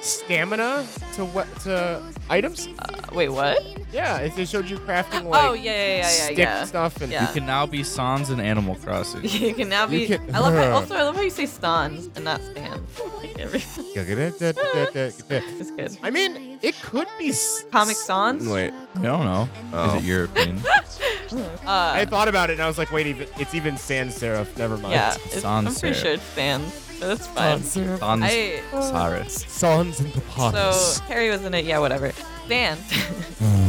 stamina to what to items. Uh, wait, what? Yeah, it just showed you crafting like oh yeah, yeah, yeah, yeah, stick yeah. stuff and Yeah. You can now be Sans in Animal Crossing. You can now You be. can- I love. How, also, I love how you say stans and not stands. Like everything. It's good. I mean, it could be s- Comic stans. Wait, I don't know. Oh. Is it European? I Uh, thought about it and I was like, wait, even, it's even sans serif. Never mind. yeah, it's, I'm Sans pretty serif. sure it's stands. But that's fine. sans serif. Sans I Saris. Sans and papanas. so Harry was in it. Yeah, whatever. Stands.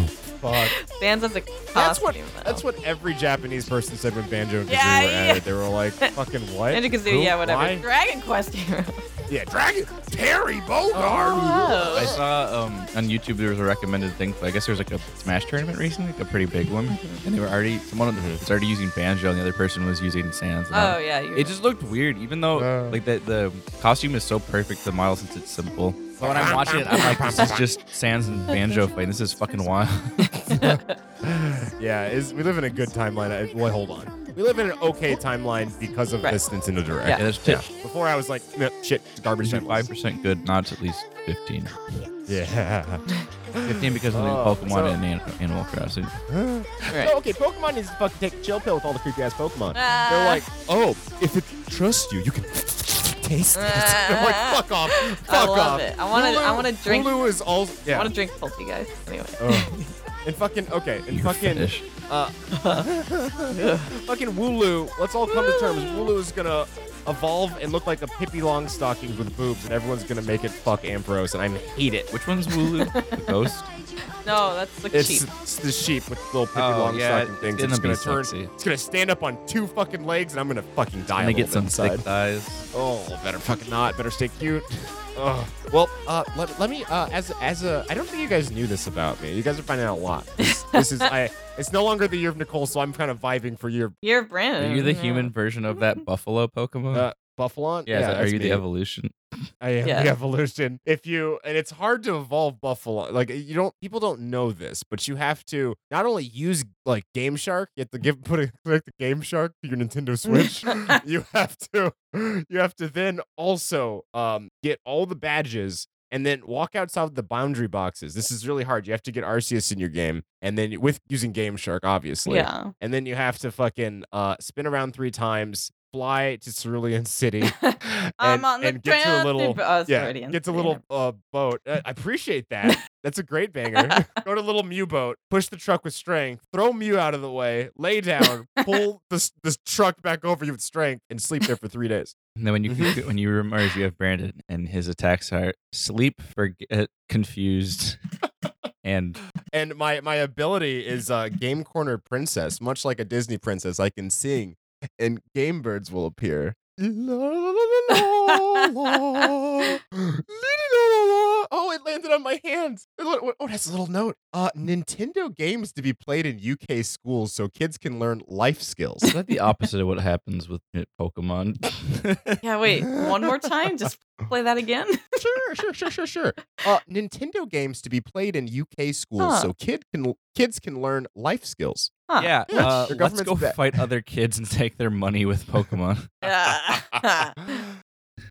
Fuck. stands as a That's costume. what that's what every Japanese person said when Banjo and Kazooie Yeah, were yeah. added. They were like, "Fucking what?" Banjo Who? Kazooie. Yeah, whatever. Why? Dragon Quest hero. Yeah, Dragon Terry Bogard. I Oh. saw um, on YouTube there was a recommended thing. I guess there was like a Smash tournament recently, like a pretty big one, Mm-hmm. and they were already someone started using Banjo, and the other person was using Sans. and Oh I'm- yeah. You It just looked weird, even though Uh. like the, the costume is so perfect, the model since it's simple. But when I'm watching it, I'm like, this is just Sans and Banjo fighting. This is fucking wild. Yeah, is we live in a good timeline. I, well, hold on. We live in an okay timeline because of Right. this Nintendo Direct. Yeah. yeah, that's tipped. Before I was like, no, shit, garbage time. Five percent good, not at least fifteen. Yeah. Fifteen because of the new Oh, Pokemon so- and An- Animal Crossing. No, Oh, okay, Pokemon needs to fucking take a chill pill with all the creepy ass Pokemon. Ah. They're like, oh, if it trusts you, you can taste it. They're like, fuck off, fuck Ah. I love off. it. I wanna- Hulu- I wanna drink- Hulu is all. Yeah. I want to drink poltergeist. Anyway. Oh. Ugh. And fucking okay, and You fucking fetish. uh, fucking Wooloo. Let's all come to terms. Wooloo is gonna evolve and look like a Pippi Longstockings with boobs, and everyone's gonna make it fuck Ambrose, and I hate it. Which one's Wooloo? the ghost. No, that's the It's, cheap. it's the sheep with little Pippi Oh, yeah, Longstocking it's things. gonna it's be gonna turn. sexy. It's gonna stand up on two fucking legs, and I'm gonna fucking die. And a they get little some bit thick inside. thighs. Oh, better fucking not. Better stay cute. Ugh. Well, uh, let, let me uh, as as a I don't think you guys knew this about me. You guys are finding out a lot. This, this is I. It's no longer the year of Nicole, so I'm kind of vibing for year You're Brandon. Are you the human version of that buffalo Pokemon? uh, Buffalon. yeah, is that- are that's you me. the evolution? I am Yeah. the evolution. If you and it's hard to evolve Buffalo. Like you don't people don't know this, but you have to not only use like Game Shark, you have to give put a click the Game Shark to your Nintendo Switch. you have to you have to then also um get all the badges and then walk outside the boundary boxes. This is really hard. You have to get Arceus in your game and then with using Game Shark, obviously. Yeah. And then you have to fucking uh spin around three times, fly to Cerulean City. and, I'm on the and get to a drowning little bo- oh, it's yeah, Freudian. gets a little uh, boat. Uh, I appreciate that. That's a great banger. Go to little Mew boat, push the truck with strength, throw Mew out of the way, lay down, pull this this truck back over you with strength, and sleep there for three days. And then when you Mhm. when you emerge, you have Brandon, and his attacks are sleep, forget, confused, and And my my ability is uh, Game Corner Princess, much like a Disney princess. I can sing, and game birds will appear. Oh, La, la, la, la, la, la. Li-di-la-la-la. Oh, it landed on my hands. It li- Oh, that's a little note. Uh, Nintendo games to be played in UK schools so kids can learn life skills. is that the opposite of what happens with Pokemon? Yeah, wait. One more time. Just play that again. sure, sure, sure, sure, sure. Uh, Nintendo games to be played in UK schools Huh. so kid can kids can learn life skills. Huh. yeah, Yeah, their uh, let's government's go bad. fight other kids and take their money with Pokemon. Yeah.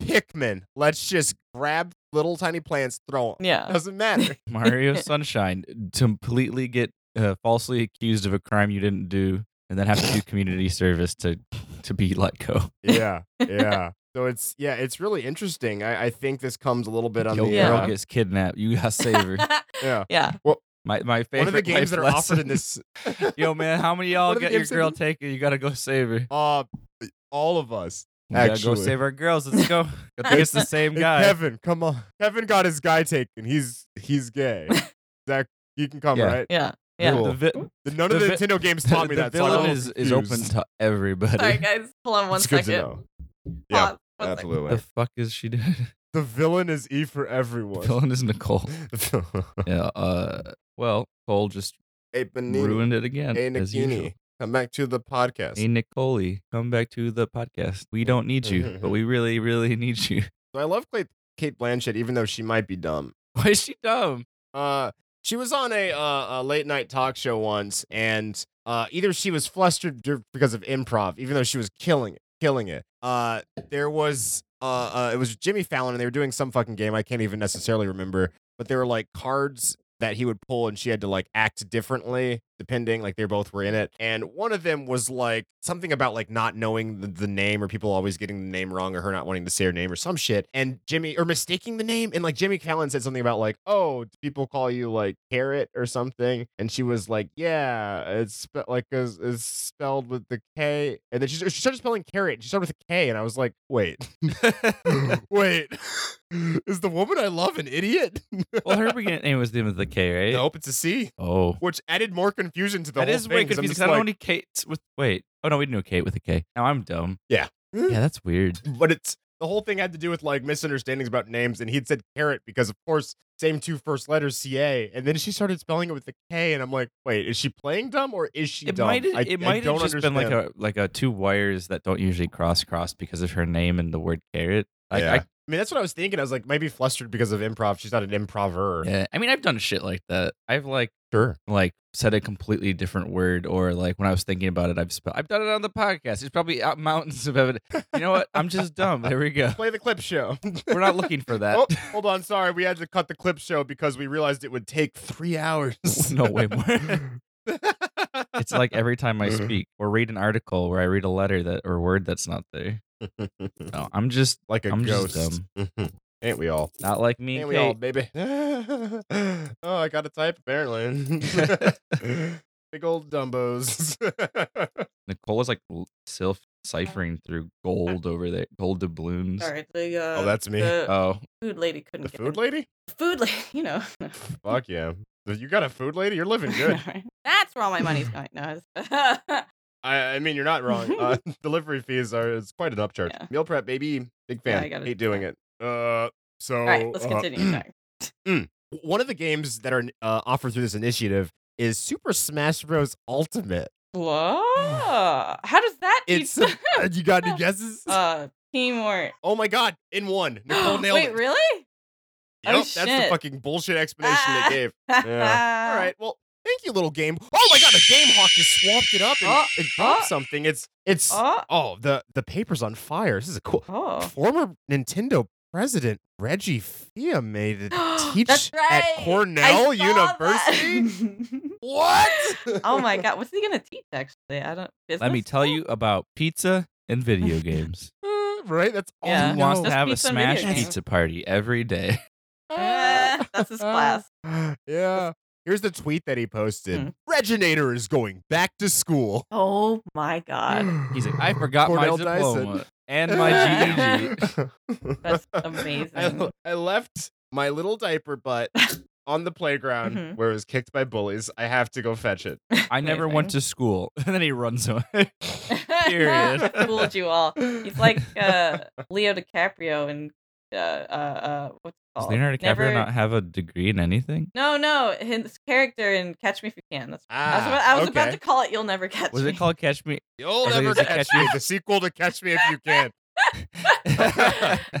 Pikmin. Let's just grab little tiny plants, throw them. yeah. Doesn't matter. Mario Sunshine to completely get uh, falsely accused of a crime you didn't do, and then have to do community service to to be let go. yeah, yeah. So it's yeah, it's really interesting. I, I think this comes a little bit on Yo the uh, girl Yeah. gets kidnapped. You gotta save her. yeah. yeah. My my favorite One of the games life that are offered in lesson. this Yo, man, how many of y'all One of the get your games that- girl taken? You gotta go save her. uh all of us. We gotta go Actually. save our girls. Let's go. I think it's the same Hey, guy. Kevin, come on. Kevin got his guy taken. He's he's gay. Zach, you can come, Yeah. right? Yeah. Yeah. Yeah. Cool. The, vi- The- None of the, The vi- Nintendo games taught me the that. so I'm a villain little is, is open confused. to everybody. Sorry, guys. Hold on one It's second. good to know. Yeah, Pause. One second. the absolutely. fuck is she doing? The villain is E for The everyone. villain is Nicole. Yeah. Uh. Well, Cole just hey, Benini. ruined it again. Hey, as usual. Nikini. Come back to the podcast. Hey, Nicole, come back to the podcast. We don't need you, but we really, really need you. So I love Cla- Kate Blanchett, even though she might be dumb. Why is she dumb? Uh, she was on a, uh, a late night talk show once, and uh, either she was flustered dur- because of improv, even though she was killing it, killing it. Uh, there was uh, uh, it was Jimmy Fallon, and they were doing some fucking game. I can't even necessarily remember, but they were like cards that he would pull, and she had to like act differently depending. Like they both were in it, and one of them was like something about like not knowing the, the name, or people always getting the name wrong, or her not wanting to say her name, or some shit. And Jimmy or mistaking the name, and like Jimmy Fallon said something about like, oh, do people call you like carrot or something, and she was like, yeah, it's spe- like is it's spelled with the K, and then she, she started spelling carrot. She started with a K, and I was like, wait. Wait, is the woman I love an idiot? Well, her beginning name was the K, right? nope, it's a C, Oh. which added more confusion to the That whole is thing. way 'cause I'm confusing. 'cause just I don't know like- any Kates with. Wait. Oh no, we knew Kate with a K. Now I'm dumb. Yeah. Yeah, that's weird. but it's the whole thing had to do with like misunderstandings about names, and he'd said carrot because, of course, same two first letters, C A, and then she started spelling it with the K, and I'm like, wait, is she playing dumb or is she It dumb? might. I- It I might have don't just understand. been like a like a two wires that don't usually cross cross because of her name and the word carrot. Like, yeah. I, mean, that's what I was thinking. I was like, maybe flustered because of improv. She's not an improver. I, yeah. I mean, I've done shit like that. I've like Sure. like said a completely different word or like when I was thinking about it, I've spe- I've done it on the podcast. It's probably out mountains of evidence. You know what? I'm just dumb. There we go. Play the clip show. We're not looking for that. Oh, hold on. Sorry, we had to cut the clip show because we realized it would take three hours. no, way more. It's like every time I Mhm. speak or read an article where I read a letter that or word that's not there. No, I'm just like a I'm just ghost. Mm-hmm. Ain't we all? not like me. Ain't and we all, Kate. baby? oh, I got to type apparently. Big old Dumbos. Nicole is like l- self ciphering through gold over there, gold doubloons. Sorry, the uh, oh, that's me. the Oh, food lady couldn't the get it. food lady? Food lady, you know. Fuck yeah. You got a food lady? You're living good. That's where all my money's going. No, it's- I, I mean, you're not wrong. Uh, delivery fees are it's quite an upcharge. Yeah. Meal prep, baby. Big Yeah, fan. I gotta Hate do doing it. Uh, so all right, let's uh, continue. Sorry. one of the games that are uh, offered through this initiative is Super Smash Bros. Ultimate. Whoa. How does that teach- uh, It's you got any guesses? Oh, uh teamwork? oh my god! In one, Nicole nailed Wait, it. really? Yep, oh, that's the shit. fucking bullshit explanation Ah. they gave. Yeah. All right, well, thank you, little game. Oh my god, the game hawk just swamped it up and Oh, it dropped oh. something. It's it's oh. Oh, the the paper's on fire. This is a cool oh. former Nintendo president Reggie Fia made it teach That's right. at I Cornell saw University. that. What? oh my god, what's he gonna teach? Actually, I don't. Business? let me tell you about pizza and video games. Uh, right? That's all Yeah. Who he wants to That's knows. Ah. have a pizza and video smash games. pizza party every day? Eh, that's his class. yeah. Here's the tweet that he posted. Hmm. Reginator is going back to school. Oh my god, He's like, I forgot Cornell my Dyson. diploma and my E GED. that's I, amazing. l- I left my little diaper butt on the playground Mhm. where it was kicked by bullies. I have to go fetch it. I never went to school. And then he runs away. Period. Fooled you all. He's like uh, Leo DiCaprio and uh, uh, uh, what's it Does called? Leonardo DiCaprio Never- not have a degree in anything? No, no, his character in Catch Me If You Can. That's. That's Ah, what I was about okay. to call it. You'll never catch Was me. it called Catch Me? You'll I thought it never was a catch catch me. me. The sequel to Catch Me If You Can.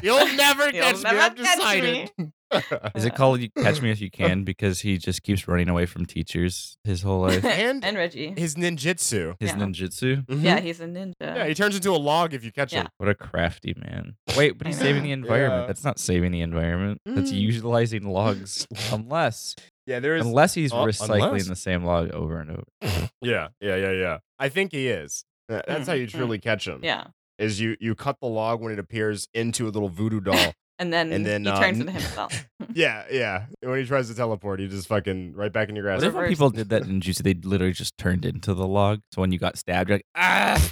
You'll never You'll catch me. never I've catch decided. Is it called You Catch Me If You Can because he just keeps running away from teachers his whole life? and and Reggie. his ninjutsu. Mm-hmm. His Yeah. ninjutsu? yeah, he's a ninja. Yeah, he turns into a log if you catch Yeah. him. What a crafty man. Wait, but I he's saving the environment. Yeah. That's not saving the environment. That's Mm. utilizing logs. Unless Yeah, there is. unless he's Oh, recycling unless. the same log over and over. yeah, yeah, yeah, yeah. I think he is. Uh, That's how you Mm, truly catch him. Yeah. Is you you cut the log when it appears into a little voodoo doll. And then, And then, he uh, turns into himself. yeah, yeah. When he tries to teleport, he just fucking right back in your ass. What if when reversed. people did that in ninjutsu, they literally just turned into the log? So when you got stabbed, you're like, ah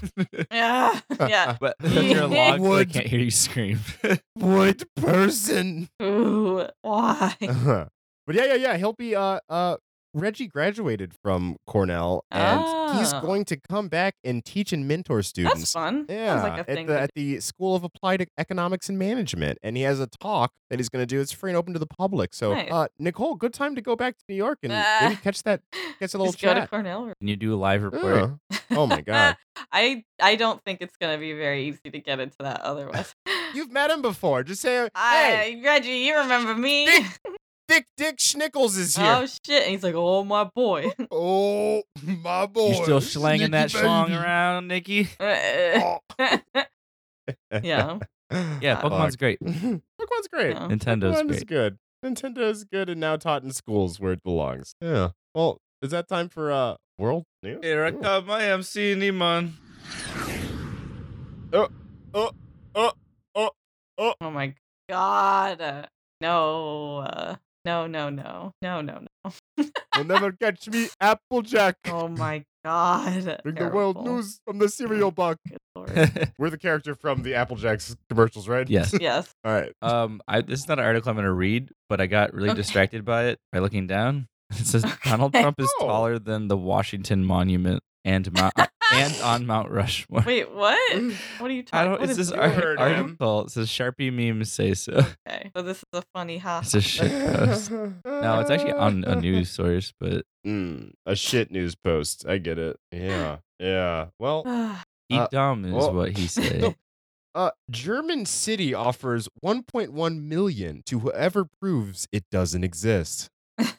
yeah. Yeah. But you're a log, so they Would- can't hear you scream. Wood person. Ooh, why? but yeah, yeah, yeah. He'll be uh uh Reggie graduated from Cornell and he's Oh. going to come back and teach and mentor students. That's fun. Yeah, Sounds like a thing. at, the, to at the School of Applied E- Economics and Management, and he has a talk that he's going to do. It's free and open to the public. So, Nice. uh, Nicole, good time to go back to New York and Ah. maybe catch that. do. Gets a little Just go to chat. Cornell. Can you do a live report? Uh, oh my God, I I don't think it's gonna be very easy to get into that otherwise. you've met him before. Just say, "Hey, I Reggie, you remember me? Dick Dick Dick Schnickles is oh here." shit! And he's like, oh my boy. Oh, my boy, You're still slanging that Snicky schlong baby. around, Nikki? Uh, yeah. Oh. Yeah, Fuck. Pokemon's great. Pokemon's great. No. Nintendo's Nintendo's great. good. Nintendo's good and now taught in schools where it belongs. Yeah. Well, is that time for uh world news? Ooh. come. I am seeing Nimon. Oh my god. Uh, No. Uh, no, no, no. No, no, no. You'll never catch me, Applejack. Oh my god. Bring the world Terrible. news from the cereal box. Good lord. We're the character from the Applejack's commercials, right? yes. yes. All right. Um, I, this is not an article I'm going to read, but I got really Okay. distracted by it by looking down. It says Donald Okay. Trump is Oh. taller than the Washington Monument and Mount, and on Mount Rushmore. Wait, what? Mm. What are you I talking don't. about? It's this you ar- heard him. article. It says Sharpie memes say so. Okay. So this is a funny ha. It's a shit post. No, it's actually on a news source, but Mm, a shit news post. I get it. Yeah. Yeah. Well, oh, eat Uh, dumb is well- what he said. No. Uh, German city offers 1.1 million to whoever proves it doesn't exist.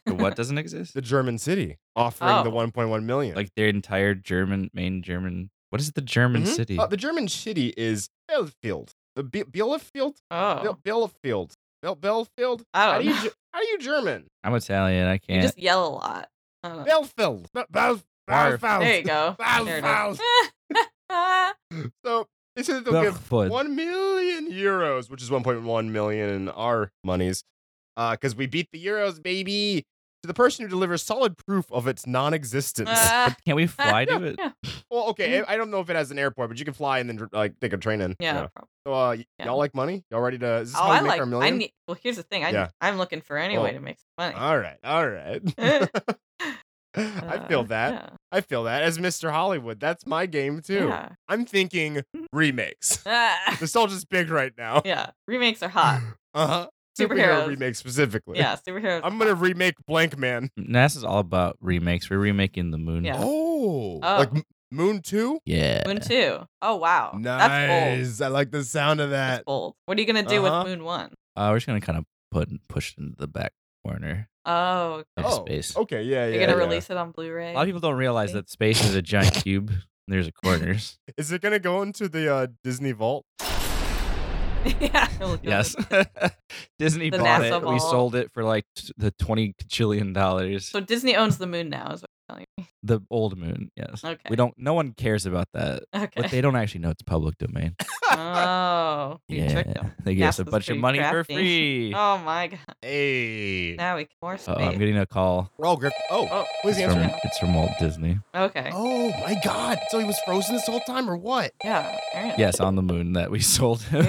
The what doesn't exist? The German city offering the Oh. 1.1 million. Like their entire German, main German. What is the German Mhm. city? Uh, the German city is Bielefeld. The Be- Bielefeld. oh. Biel- Bielefeld. Bel- Bielefeld. I How don't do you know. Ge- how do you German? I'm Italian. I You can't. just yell a lot. I don't know. Bielefeld. Be- Biel- Barf. Bielefeld. There you go. Bow, There it bow. is. So they said that they'll give Bielefeld. one million euros, which is 1.1 million in our monies, because we beat the euros, baby. To the person who delivers solid proof of its non-existence. Uh, Can we fly to it? yeah. well, okay, I I don't know if it has an airport, but you can fly and then like take a train in. Yeah. you know. probably. So uh, y- Yeah. y'all like money? Y'all ready to? Is this Oh, how we I make like. our I million? need. Well, here's the thing. I Yeah. I'm looking for any Well, way to make some money. All right, all right. I feel Uh, that. I feel that. As Mr. Hollywood, that's my game Yeah. Mm-hmm. too. I'm thinking remakes. Yeah. Ah, The salt is big right now. yeah. Remakes are hot. Uh-huh. Superhero Superheroes. remakes specifically. Yeah. Superheroes. I'm are gonna hot. remake Blank Man. NASA's all about remakes. We're remaking the moon. Yeah. Oh, Oh. like M- Moon Two. Yeah. Moon two. Oh wow. That's bold. I like the sound of That's that. bold. What are you gonna do Uh-huh. with Moon one? Uh, we're just gonna kind of put push it into the back corner Oh. of Oh, space. okay, yeah, yeah. You're gonna yeah. release it on Blu-ray. A lot of people don't realize that space is a giant cube. And there's a corners. Is it gonna go into the uh, Disney Vault? yeah. we'll do yes. it. Disney The bought NASA it. ball. We sold it for like t- the twenty trillion dollars. So Disney owns the moon now, is what you're telling me. The old moon. Yes. Okay. We don't. No one cares about that. Okay. But they don't actually know it's public domain. oh, you yeah. tricked them. They gave us a NASA's bunch of pretty money for crafty. free. Oh my god! Hey. Now we can more Uh-oh, space. I'm getting a call. Oh, Griff. Oh, Oh, please It's answer. from, me. it's from Walt Disney. okay. Oh my God! So he was frozen this whole time, or what? Yeah. apparently. Yes, on the moon that we sold him.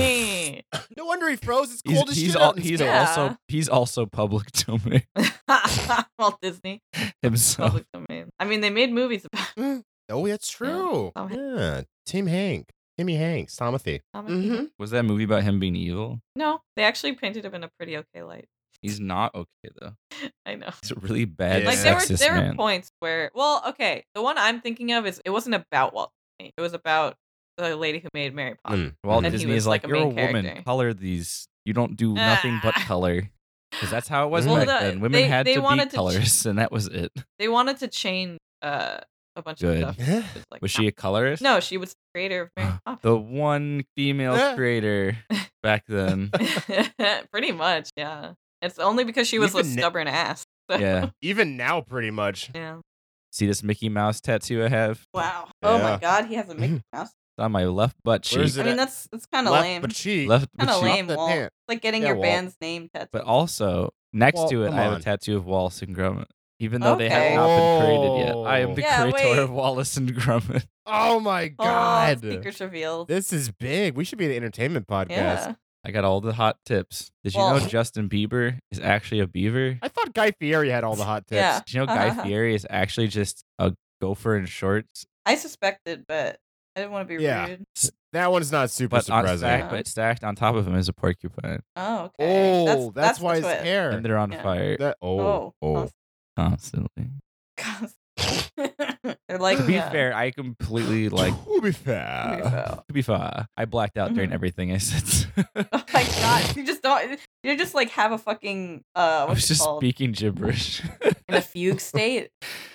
No wonder he froze. It's He's, cold as he's shit al- out in he's space. Yeah. also he's also public domain Walt Disney himself. public domain. I mean, they made movies about Oh, that's true. Tom Hanks. Yeah, Tim Hank, Timmy Hanks, Timothy. comic Mhm. people. Was that movie about him being evil? No, they actually painted him in a pretty okay light. He's not okay though. I know. He's a really bad Yeah. Like there were sexist there were man. points where well, okay, the one I'm thinking of is it wasn't about Walt Disney. It was about the lady who made Mary Poppins. Walt And he Disney was, is like, like, a you're a main woman. character." Color these. You don't do nothing but Ah. color. Because that's how it was Well, back the- then. Women they- had they to be wanted to ch- colors, and that was it. They wanted to change uh, a bunch Good. of stuff. Yeah. It like, Was she a colorist? No, she was the creator of Mary The one Ah. female creator back then. Poppins. Pretty much, yeah. It's only because she was a Even na- stubborn ass. So, yeah. Even now, pretty much. yeah. See this Mickey Mouse tattoo I have? Wow. Oh my Yeah. god, he has a Mickey Mouse. It's on my left butt cheek. Where is I it mean, at? that's that's kind of Left lame. But she. Left butt Kind of cheek. lame, that Walt. pant. It's like getting Yeah, oh your Walt. band's name tattooed. But also next Well, to it, come I have on. a tattoo of Wallace and Grumman. Even though they have Okay. not been created yet, I am the Yeah, creator wait. of Wallace and Grumman. Oh my Oh, God. uh, secrets revealed. this is big. We should be an entertainment podcast. yeah. I got all the hot tips. Did you know Well- Oh, Justin Bieber is actually a beaver? I thought Guy Fieri had all the hot tips. Yeah. Did you know Guy Fieri is actually just a gopher in shorts? I suspected, but I didn't want to be Yeah. rude. That one's not super But, uh, on surprising. stacked, but stacked on top of him is a porcupine. Oh, okay. Oh, that's, the why his twist. hair. And they're on Yeah. fire That- oh, Oh, oh. constantly. They're like, To be Oh, yeah. fair, I completely like To be Pretty fair. well. to be fair. I blacked out during Mhm. everything I said. Oh my god, you just don't. You just like have a fucking uh, I was what's it just called? speaking gibberish. In a fugue state.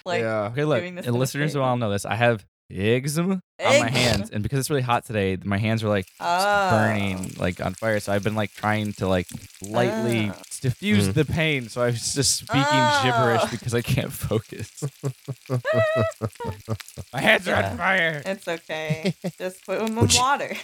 Like, yeah. Okay, look, doing this and in a listeners statement. will all know this. I have eggs on my hands, and because it's really hot today, my hands are like Oh. burning, like on fire. So I've been like trying to like lightly Oh. diffuse the pain. So I was just speaking Oh. gibberish because I can't focus. my hands are on fire. It's okay. Just put them in Would you- water.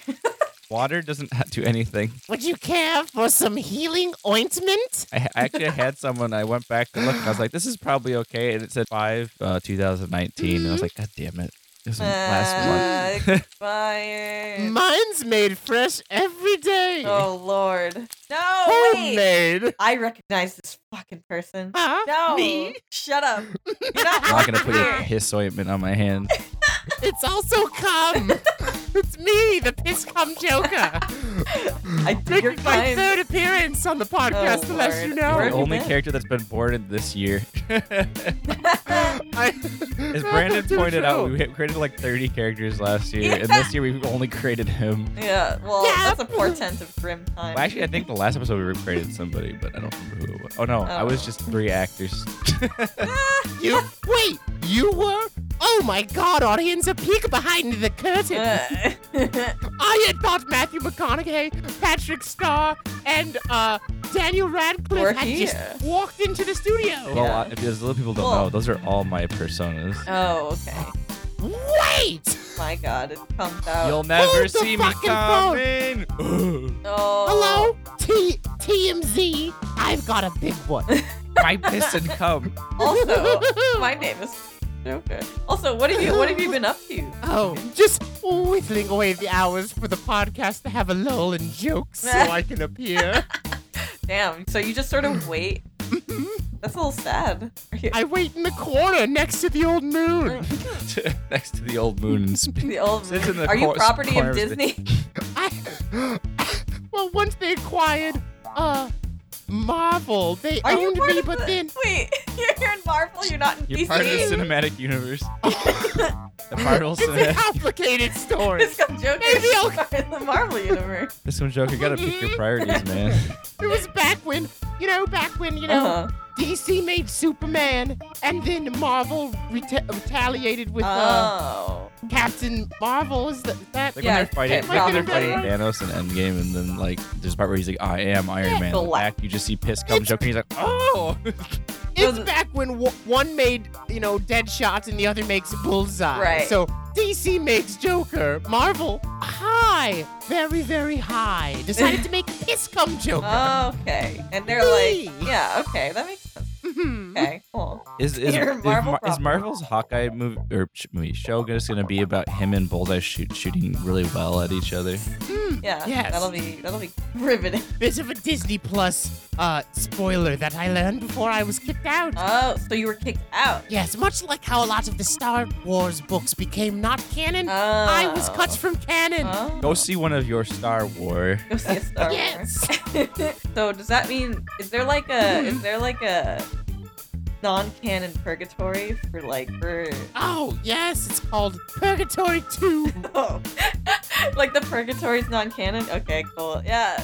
Water doesn't ha- do anything. Would you care for some healing ointment? I, I actually had someone. I went back to look. And I was like, "This is probably okay," and it said five, uh, 2019. And I was like, "God damn it!" It was last Uh, month. Fire. Mine's made fresh every day. eh. oh Lord. No. wait. Homemade. I recognize this fucking person. Huh? No. Me? Shut up. You're not, I'm not gonna welcome put your here. piss ointment on my hand. It's also cum. it's me, the piss cum joker. I did your Making my fine. third appearance on the podcast, Oh, to let you Lord. know. The Where'd you only been? character that's been born in this year. I- As Brandon Too pointed out, true. we had created like 30 characters last year, and this year we've only created him. Yeah. Well, Yeah. that's a portent of grim time. Well, actually, I think the last episode we created somebody, but I don't remember who it was. Oh no, I was just three actors. You wait, you were? Oh my god, audience, a peek behind the curtain. I had thought Matthew McConaughey, Patrick Starr, and uh Daniel Radcliffe Were had here. just walked into the studio. well, I- because a lot of people don't Well- know, those are all my personas. oh, okay. Wait! My God, it comes out. You'll never Oh. the see me fucking coming. Oh. Hello? T TMZ, I've got a big one. my piss and cum. Also, my name is Joker. Also, what have you what have you been up to? Oh, just whittling away the hours for the podcast to have a lull and jokes so I can appear. Damn. So you just sort of wait. That's a little sad. Are you- I wait in the corner next to the old moon. Next to the old moon and spin. the old. Sits in the Are you cor- property corner of of the- Disney? I, well, once they acquired, uh, Marvel, they Are you owned part me, of but the- then Wait, you're here in Marvel. You're not in You're DC. part of the cinematic universe. the Marvel it's a cinematic. complicated story. It's got Joker. Maybe I'll- You're in the Marvel universe. This one, Joker, gotta pick your priorities, man. it was back when, you know, back when you know Uh-huh. DC made Superman, and then Marvel reta- retaliated with uh, Oh. Captain Marvel. Is that, that Like Yeah, when they're fighting, Kit like when they're fighting Robinson. Thanos in Endgame, and then like there's a part where he's like, "I am Iron Man." Black. Like, back, you just see piss come Joker, and he's like, "Oh." It's Doesn't- back when w- one made, you know, dead shots and the other makes bullseye. Right. So DC makes Joker. Marvel, high. Very, very high. Decided to make this come Joker. Uh. Oh, Okay. And they're like, Wee. yeah. Okay, that makes sense. Mhm. Okay, cool. Is is, Your is, Marvel Mar- is problem. Marvel's Hawkeye movie or sh- movie show just gonna be about him and Bullseye shoot, shooting really well at each other? Yeah. Yes. That'll be that'll be riveting. Bit of a Disney Plus uh, spoiler that I learned before I was kicked out. Oh, so you were kicked out. yes, much like how a lot of the Star Wars books became not canon, Oh. I was cut from canon. Oh. Go see one of your Star Wars. Go see a Star Wars. Yes. so does that mean is there like a is there like a non-canon purgatory for like for Oh, yes, it's called Purgatory 2. oh like the purgatory's non-canon? Okay, cool. Yeah.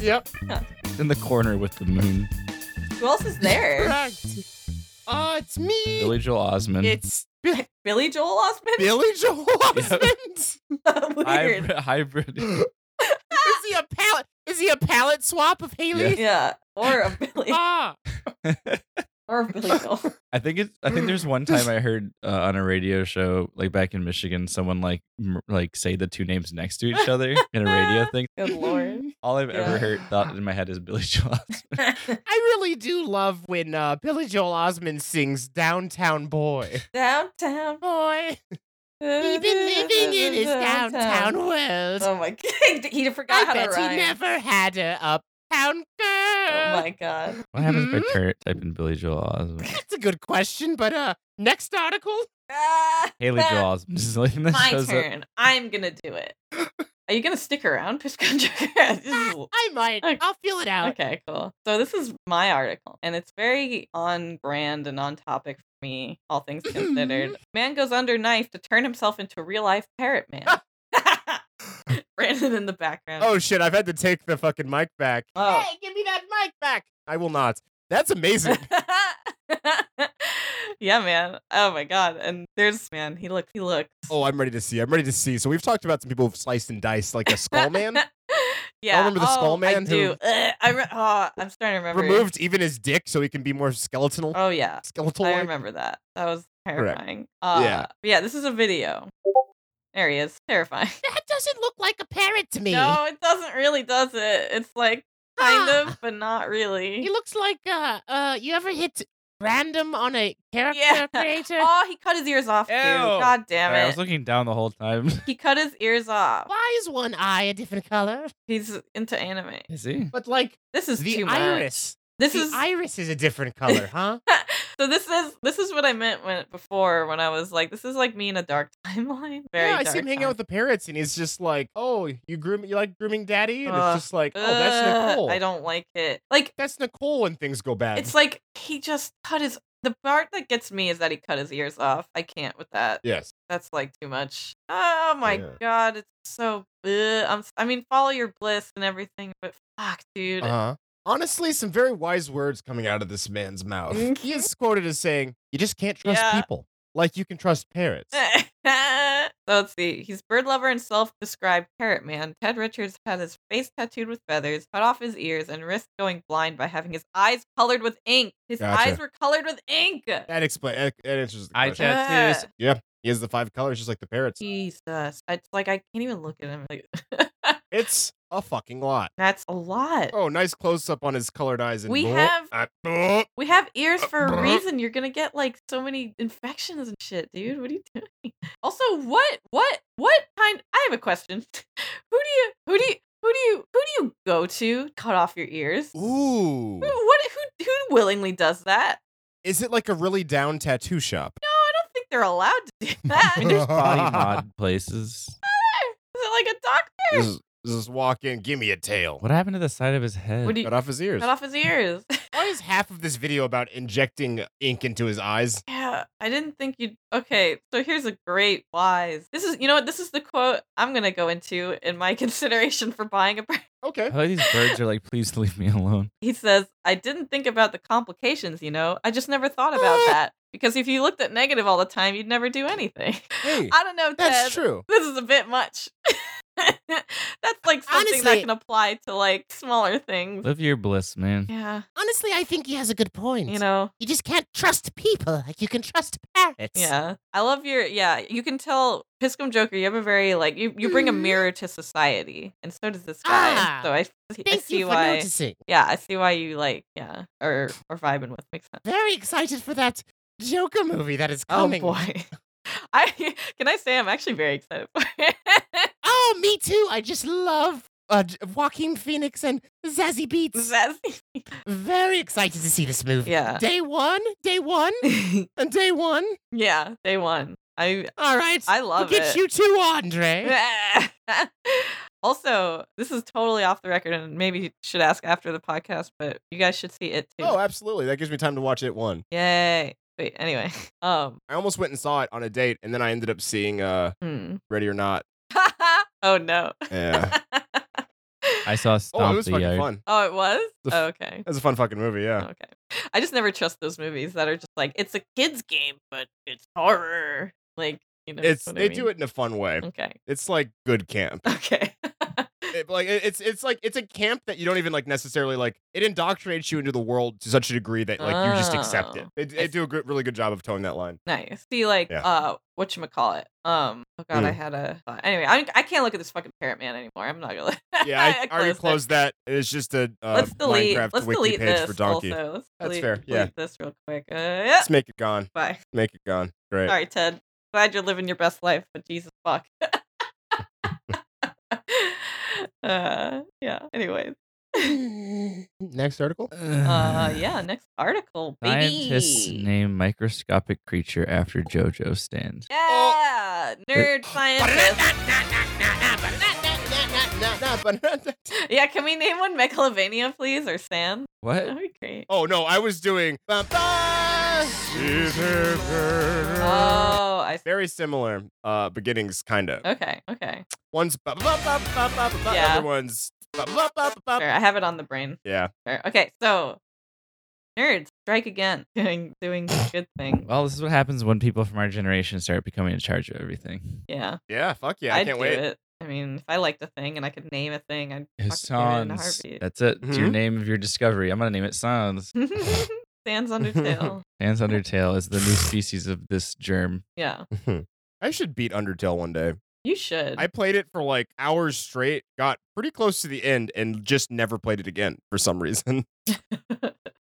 yep. in the corner with the moon. Who else is there? Correct. Uh, it's me. Billy Joel Osment. It's Bi- Billy Joel Osment? Billy Joel Osment. Weird. Hybrid. hybrid. is he a palette? Is he a palette swap of Haley? Yeah. Or a Billy Ah, or a Billy Joel. I think it's. I think there's one time I heard uh, on a radio show, like back in Michigan, someone like m- like say the two names next to each other in a radio thing. Good lord. All I've Yeah. ever heard thought in my head is Billy Joel. Osment. I really do love when uh, Billy Joel Osment sings "Downtown Boy." Downtown. Boy, he been living in his downtown world. Oh my god. He forgot I how to bet he rhyme. never had a uptown girl. Oh my god. What happens if I Mm-hmm. turn, type in Billy Joel Osment? That's a good question, but uh, next article. Ah, Haley Joel Osment is the only thing that My shows up. turn. I'm gonna do it. Are you gonna stick around, Piscon? this is Ah, I might. Okay. I'll feel it out. Okay, cool. So this is my article, and it's very on brand and on topic for me, all things considered. man goes under knife to turn himself into real life parrot man. Brandon in the background. Oh, shit! I've had to take the fucking mic back. Oh. Hey, give me that mic back. I will not. That's amazing. yeah, man. Oh my god. And there's man, he looked he looks. Oh, I'm ready to see. I'm ready to see. So we've talked about some people who've sliced and diced like a skull man. yeah. remember the skull oh, I man who- do. Ugh, I re- oh, I'm starting to remember. Removed even his dick so he can be more skeletal. Oh yeah. skeletal. I remember that. That was Correct. terrifying. Uh, Yeah. but Yeah, this is a video. There he is. Terrifying. That doesn't look like a parrot to me. No, it doesn't really, does it? It's like kind Ah! of, but not really. looks like uh uh you ever hit random on a character Yeah. creator? Oh, he cut his ears off too. Ew. God damn Sorry, I it. was looking down the whole time. he cut his ears off. Why is one eye a different color? He's into anime. Is he? But like This is the too much. iris. This the is iris is a different color, huh? so. This is this is what I meant when before when I was like, this is like me in a dark timeline. Very yeah, I dark see him hanging time. out with the parrots and he's just like, Oh, you groom you like grooming daddy? And Ugh. it's just like, Oh, that's Ugh, Nicole. Uh, I don't like it. Like that's Nicole when things go bad. it's like he just cut his. The part that gets me is that he cut his ears off. I can't with that. Yes. That's like too much. Oh my Yeah. god, it's so. Ugh. I'm. s- I mean, follow your bliss and everything, but fuck, dude. Uh-huh. Honestly, some very wise words coming out of this man's mouth. Mhm. He is quoted as saying, You just can't trust Yeah. Eh. people like you can trust parrots. so let's see. He's bird lover and self-described parrot man. Ted Richards had his face tattooed with feathers, cut off his ears, and risked going blind by having his eyes colored with ink. His Gotcha. eyes were colored with ink. That explains. That, that answers the Eye question. tat- tattoos. he has the five colors, just like the parrots. Jesus, it's like I can't even look at him. Like, It's a fucking lot. that's a lot. Oh, nice close up on his colored eyes. And We have- Uh, oh, We have ears Uh, for a bruh. reason. You're gonna get like so many infections and shit, dude. What are you doing? Also, what, what, what kind? I have a question. who do you, who do you, who do you, who do you go to cut off your ears? Who, Ooh. what? Who? Who willingly does that? Is it like a really down tattoo shop? No, I don't think they're allowed to do I that. mean, is there's body mod places. it like a doctor? Just, just walk in, give me a tail. What happened to the side of his head? What do you Cut off his ears. cut off his ears? Why is half of this video about injecting ink into his eyes? yeah, I didn't think you'd. Okay, so here's a great wise. This is, you know what? This is the quote I'm gonna go into in my consideration for buying a. bird. Okay. I like these birds are like, please leave me alone. He says, I didn't think about the complications, you know? I just never thought about that. Because if you looked at negative all the time, you'd never do anything. Hey, I don't know, Ted. that's true. This is a bit much. that's like something that Honestly- can apply to like smaller things. Live your bliss, man. Yeah, Honestly, I think he has a good point. you know. you just can't trust people like you can trust parrots. Yeah, I love your. Yeah, you can tell Piscum Joker. You have a very like you. You bring a Mhm. mirror to society, and so does this guy. Ah, so I, I Thank see you for why. noticing. Yeah, I see why you like. Yeah, or or vibing with makes sense. Very excited for that Joker movie that is Oh coming. boy, I can I say I'm actually very excited for it. Oh, me too. I just love uh, J- Joaquin Phoenix and Zazie Beats. That's- Very excited to see this movie. Yeah. Day one, day one, and day one. yeah, day one. I All right. I love we'll it. get you too, Andre. also, this is totally off the record, and maybe you should ask after the podcast, but you guys should see it too. Oh, absolutely. That gives me time to watch it one. Yay! Wait, anyway, um, I almost went and saw it on a date, and then I ended up seeing uh, hmm. Ready or Not. oh no, Yeah. I saw oh, it Stomp was the fucking uh, Yard. fun. oh, it was The f- oh, okay. It was a fun fucking movie, yeah. Okay, I just never trust those movies that are just like it's a kids game, but it's horror. Like you know, It's what they do it in a fun way. Okay, It's like good camp. okay. It- like it- it's it's like it's a camp that you don't even like necessarily like. It indoctrinates you into the world to such a degree that like you just accept it. Oh. They, they do a good, really good job of towing that line. Nice. See, like, Yeah. Mm. uh, what you call it? Um, oh god, I had a thought. anyway. I I can't look at this fucking parrot man anymore. I'm not gonna. Yeah, I, already it. closed that. It's just a uh, Let's delete. Minecraft Let's wiki delete page this. for donkey. Also, let's That's delete, fair, yeah. delete this real quick. Uh, yeah. Let's make it gone. Bye. Make it gone. Great. Sorry, Ted. Glad you're living your best life, but Jesus fuck. uh, yeah. Anyway. Next article. Uh, yeah. Next article, baby. Scientists name microscopic creature after JoJo stand. Yeah, nerd scientist. Yeah, can we name one Megalovania, please, or Sam? That'd What? be great. Oh no, I was doing. Oh, I see. Very similar uh, beginnings, kind of. Okay, okay. One's ba- ba- ba- ba- ba- ba- ba- Oh. Yeah. other one's. ba- ba- ba- ba- ba- Fair. I have it on the brain. Yeah. Fair. Okay, so Nerds, strike again. Doing doing good things. Well, this is what happens when people from our generation start becoming in charge of everything. Yeah. Yeah, fuck yeah. I I'd can't do wait. it. I mean, if I liked a thing and I could name a thing, I'd His fucking do sons. it in a That's it. It's your Mhm. name of your discovery. I'm gonna name it Sons. heartbeat. Sans Undertale. Sans Undertale is the new species of this germ. Yeah. I should beat Undertale one day. You should. I played it for like hours straight, got pretty close to the end, and just never played it again for some reason.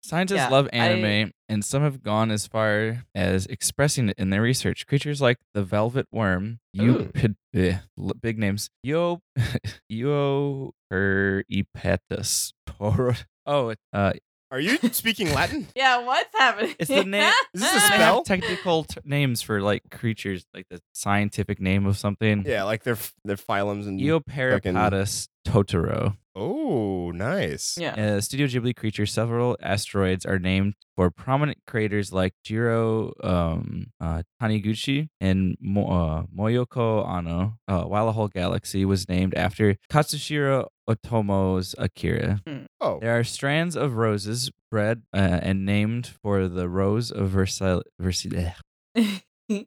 Scientists Yeah, love I- anime, and some have gone as far as expressing it in their research. Creatures like the velvet worm, Ooh. you eh, big names, yo, yo, er, e, her epetus, por. Oh, uh, Are you speaking Latin? yeah, what's happening? It's the na- Is this a they spell? have technical t- names for like creatures, like the scientific name of something. Yeah, like their their phylums and Eoparapatus totoro. Oh, nice. Yeah. Uh, Studio Ghibli creatures, several asteroids are named for prominent creators like Jiro um, uh, Taniguchi and Mo- uh, Moyoko Ano. Uh, while a whole galaxy was named after Katsushiro Otomo's Akira. Oh, There are strands of roses bred uh, and named for the Rose of Versailles. Versailles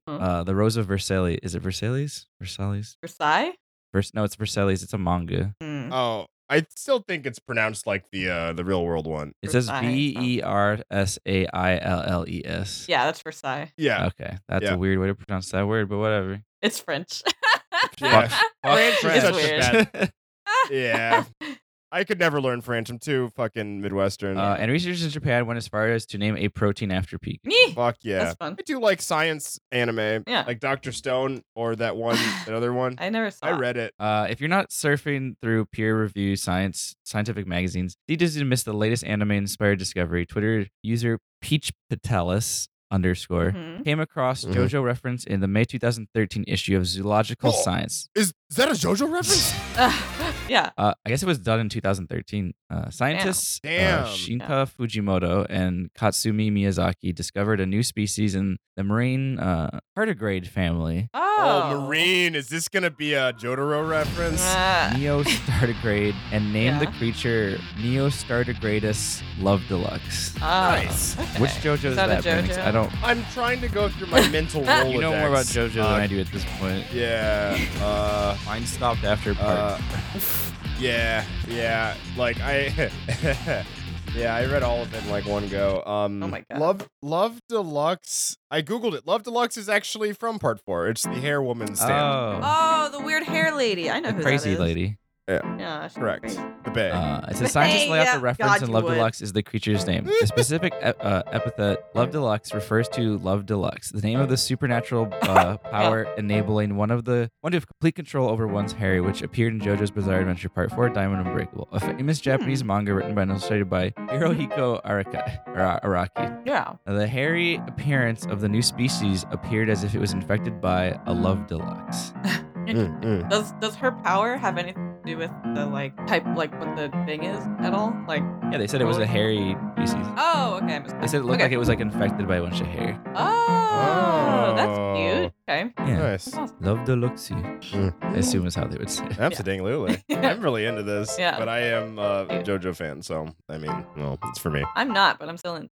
uh, the Rose of Versailles. Is it Versailles? Versailles? Versailles? Vers- no, it's Versailles. It's a manga. Hmm. oh, I still think it's pronounced like the uh, the real world one. It says Versailles. V E R S A I L L E S. Yeah, that's Versailles. Yeah, Okay, that's Yeah. a weird way to pronounce that word, but whatever. It's French. Yeah. French is French. weird. yeah. I could never learn French. I'm too fucking Midwestern. Uh, and researchers in Japan went as far as to name a protein after peak. Nyeh. Fuck yeah. That's fun. I do like science anime. Yeah. Like Dr. Stone or that one, that other one. I never saw I read it. Uh, if you're not surfing through peer-reviewed science scientific magazines, you didn't miss the latest anime-inspired discovery. Twitter user Peach Patelis underscore Mhm. came across Mhm. JoJo reference in the May 2013 issue of Zoological Oh. Science. Is, is that a JoJo reference? yeah. Uh, I guess it was done in 2013. Uh, scientists uh, Damn. Shinta Yeah. Fujimoto and Katsumi Miyazaki discovered a new species in the marine uh, tardigrade family. Oh. oh, Marine. Is this going to be a Jotaro reference? Ah. Neo Stardigrade and named Yeah. the creature Neo Stardigradus Love Deluxe. Ah. Nice. Okay. Which JoJo is that a that? Phoenix? JoJo? I don't. I'm trying to go through my mental rolodex. You know more about JoJo Uh, than I do at this point. Yeah. Uh, Mine stopped after part. uh, yeah. Yeah. Like, I. Yeah, I read all of it in like one go. Um, Oh my God. Love, Love Deluxe. I googled it. Love Deluxe is actually from Part Four. It's the hair woman stand. oh, Oh, the weird hair lady. I know the who crazy that is. lady. Yeah, she's Correct. crazy. The Bay. Uh, it says Hey, scientists lay out yeah, the reference God, in you Love would. Deluxe is the creature's name. The specific e- uh, epithet Love Deluxe refers to Love Deluxe, the name of the supernatural uh, power enabling one of the one to have complete control over one's hair, which appeared in JoJo's Bizarre Adventure Part Four: Diamond Unbreakable, a Hmm. famous Japanese manga written by and illustrated by Hirohiko Araki. Ara- Araki. Yeah. Now, the hairy appearance of the new species appeared as if it was infected by a Love Deluxe. Mm, mm. Does does her power have anything to do with the like type like what the thing is at all? Like Yeah, they said it was a hairy species. oh okay. I missed They said it looked Oh. okay. like it was like infected by a bunch of hair. Oh, that's Oh. cute. Okay. Yeah. Nice. That's awesome. Love Deluxe. Mm. I assume is how they would say it. Absolutely. I'm really into this, Yeah. but I am uh, a Yeah. JoJo fan, so I mean, well, it's for me. I'm not, but I'm still in.